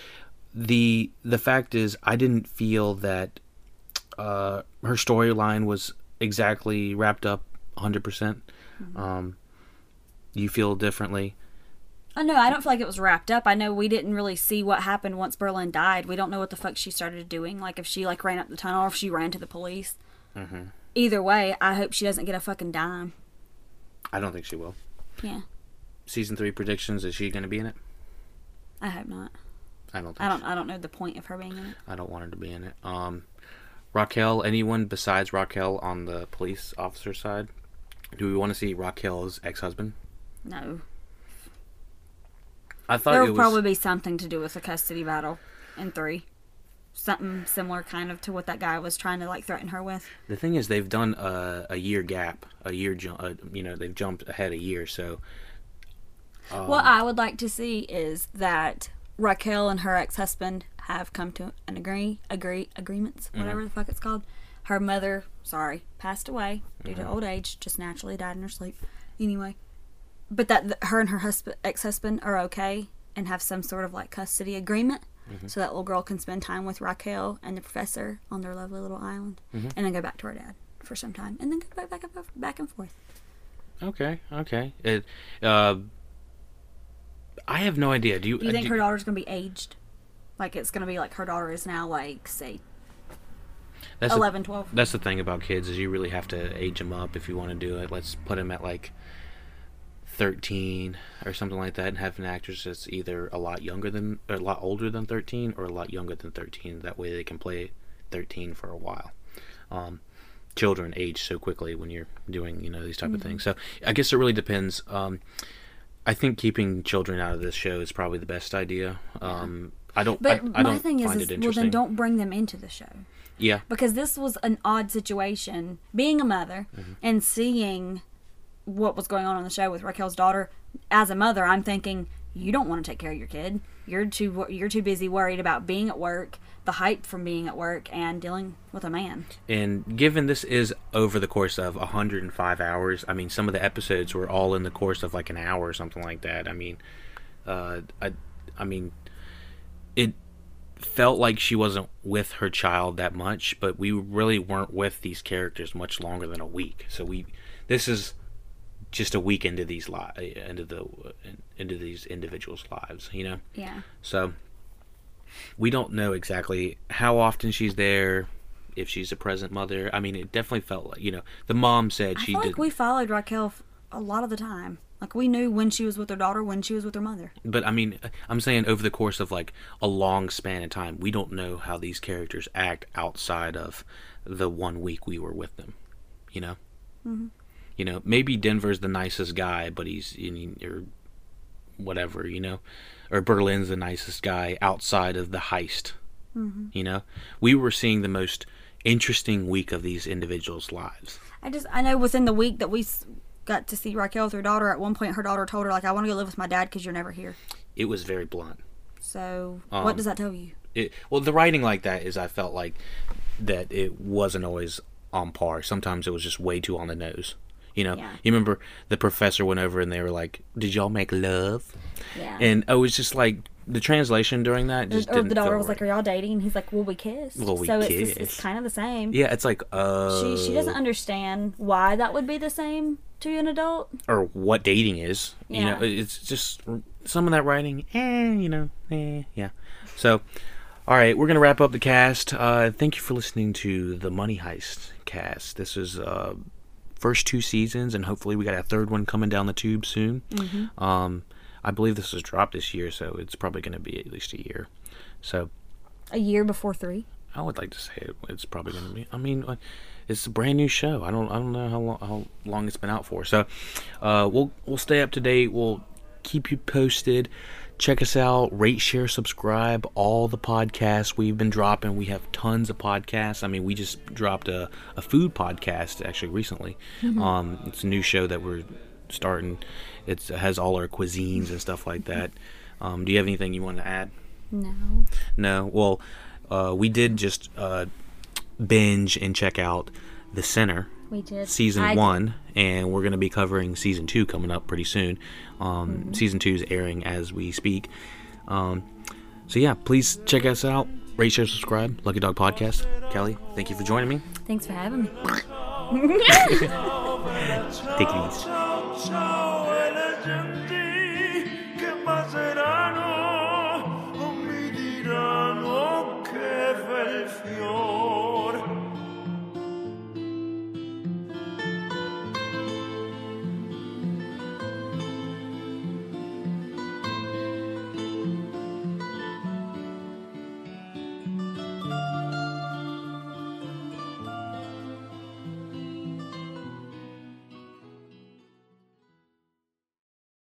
Speaker 2: the the fact is, I didn't feel that uh, her storyline was exactly wrapped up 100 percent.
Speaker 3: Mm-hmm.
Speaker 2: Um, you feel differently.
Speaker 3: I know. I don't feel like it was wrapped up. I know we didn't really see what happened once Berlin died. We don't know what the fuck she started doing. Like if she like ran up the tunnel or if she ran to the police.
Speaker 2: Mm-hmm.
Speaker 3: Either way, I hope she doesn't get a fucking dime.
Speaker 2: I don't think she will.
Speaker 3: Yeah,
Speaker 2: Season three predictions: Is she going to be in it?
Speaker 3: I hope not.
Speaker 2: I don't. Think
Speaker 3: I don't.
Speaker 2: she-
Speaker 3: I don't know the point of her being in it.
Speaker 2: I don't want her to be in it. Um, Raquel, anyone besides Raquel on the police officer side? Do we want to see Raquel's ex-husband?
Speaker 3: No,
Speaker 2: I thought
Speaker 3: there
Speaker 2: Uh, it
Speaker 3: will
Speaker 2: was
Speaker 3: probably be something to do with the custody battle in three. Something similar, kind of, to what that guy was trying to like threaten her with.
Speaker 2: the thing is they've done a, a year gap, a year jump. Uh, you know, they've jumped ahead a year, so
Speaker 3: what I would like to see is that Raquel and her ex husband have come to an agree agree agreements, whatever the fuck it's called. Her mother, sorry, passed away due to old age, just naturally died in her sleep. Anyway, but that th- her and her husband ex husband are okay and have some sort of like custody agreement. So that little girl can spend time with Raquel and the professor on their lovely little island, and then go back to her dad for some time, and then go back back, and- back and forth.
Speaker 2: okay, okay. It, uh, I have no idea. Do you?
Speaker 3: Do you
Speaker 2: uh,
Speaker 3: think her daughter's gonna be aged? Like it's gonna be like her daughter is now like say
Speaker 2: that's the-
Speaker 3: 11, 12.
Speaker 2: that's the thing about kids is you really have to age them up if you want to do it. Let's put them at like 13 or something like that, and have an actress that's either a lot younger than, or a lot older than 13, or a lot younger than 13. That way they can play 13 for a while. Um, children age so quickly when you're doing you know these type of things.
Speaker 3: Mm-hmm.
Speaker 2: So I guess it really depends. Um, I think keeping children out of this show is probably the best idea. Um, I don't.
Speaker 3: But
Speaker 2: I, I
Speaker 3: my
Speaker 2: don't
Speaker 3: thing is,
Speaker 2: find
Speaker 3: is
Speaker 2: it
Speaker 3: well,
Speaker 2: interesting.
Speaker 3: then don't bring them into the show
Speaker 2: Yeah.
Speaker 3: because this was an odd situation. Being a mother
Speaker 2: Mm-hmm.
Speaker 3: and seeing what was going on on the show with Raquel's daughter, as a mother, I'm thinking you don't want to take care of your kid. You're too wor- you're too busy worried about being at work, the hype from being at work, and dealing with a man.
Speaker 2: And given this is over the course of 105 hours, I mean, some of the episodes were all in the course of like an hour or something like that. I mean, uh, I, I mean, it felt like she wasn't with her child that much, but we really weren't with these characters much longer than a week. So we, this is just a week into these li- into the into these individuals' lives, you know.
Speaker 3: Yeah.
Speaker 2: So we don't know exactly how often she's there, if she's a present mother. I mean, it definitely felt like you know the mom said
Speaker 3: I
Speaker 2: she
Speaker 3: feel
Speaker 2: did,
Speaker 3: like we followed Raquel f- a lot of the time. Like we knew when she was with her daughter, when she was with her mother.
Speaker 2: but I mean, I'm saying over the course of like a long span of time, we don't know how these characters act outside of the one week we were with them. You know, you know, maybe Denver's the nicest guy, but he's or whatever, you know, or Berlin's the nicest guy outside of the heist. You know, we were seeing the most interesting week of these individuals' lives.
Speaker 3: I just I know within the week that we s- got to see Raquel with her daughter. At one point, her daughter told her like, "I want to go live with my dad because you're never here."
Speaker 2: It was very blunt.
Speaker 3: So
Speaker 2: Um,
Speaker 3: what does that tell you?
Speaker 2: It, well, the writing like that is I felt like that it wasn't always on par. Sometimes it was just way too on the nose. You know,
Speaker 3: Yeah.
Speaker 2: you remember the professor went over and they were like, "Did y'all make love?"
Speaker 3: Yeah.
Speaker 2: And I was just like, the translation during that just
Speaker 3: or
Speaker 2: didn't.
Speaker 3: the daughter
Speaker 2: feel
Speaker 3: was like, "Are
Speaker 2: right.
Speaker 3: y'all dating?" And he's like, "Well, we kissed."
Speaker 2: Well, we
Speaker 3: so It's, just,
Speaker 2: kissed.
Speaker 3: it's kind of the same.
Speaker 2: "Yeah, it's like uh,
Speaker 3: She she doesn't understand why that would be the same to an adult.
Speaker 2: or what dating is. You know,
Speaker 3: Yeah.
Speaker 2: it's just some of that writing, eh, you know, eh, yeah. So, all right, we're going to wrap up the cast. Uh, thank you for listening to the Money Heist cast. This is uh, first two seasons, and hopefully we got a third one coming down the tube soon. Um, I believe this was dropped this year, so it's probably going to be at least a year. So
Speaker 3: A year before three.
Speaker 2: I would like to say it, it's probably going to be. I mean, like, it's a brand new show. I don't I don't know how long how long it's been out for. So, uh, we'll we'll stay up to date. We'll keep you posted. Check us out. Rate, share, subscribe. All the podcasts we've been dropping. We have tons of podcasts. I mean, we just dropped a, a food podcast actually recently. Um, it's a new show that we're starting. It's, it has all our cuisines and stuff like that. Um, do you have anything you want to add?
Speaker 3: No.
Speaker 2: No. Well, uh, we did just uh, binge and check out The Sinner,
Speaker 3: We did.
Speaker 2: season
Speaker 3: I-
Speaker 2: one, and we're going to be covering season two coming up pretty soon. Um,
Speaker 3: Mm-hmm.
Speaker 2: Season two is airing as we speak. Um, so, yeah, please check us out. Rate, share, subscribe. Lucky Dog Podcast. Kelly, thank you for joining me.
Speaker 3: Thanks for having me.
Speaker 2: Take it easy.
Speaker 5: so elegant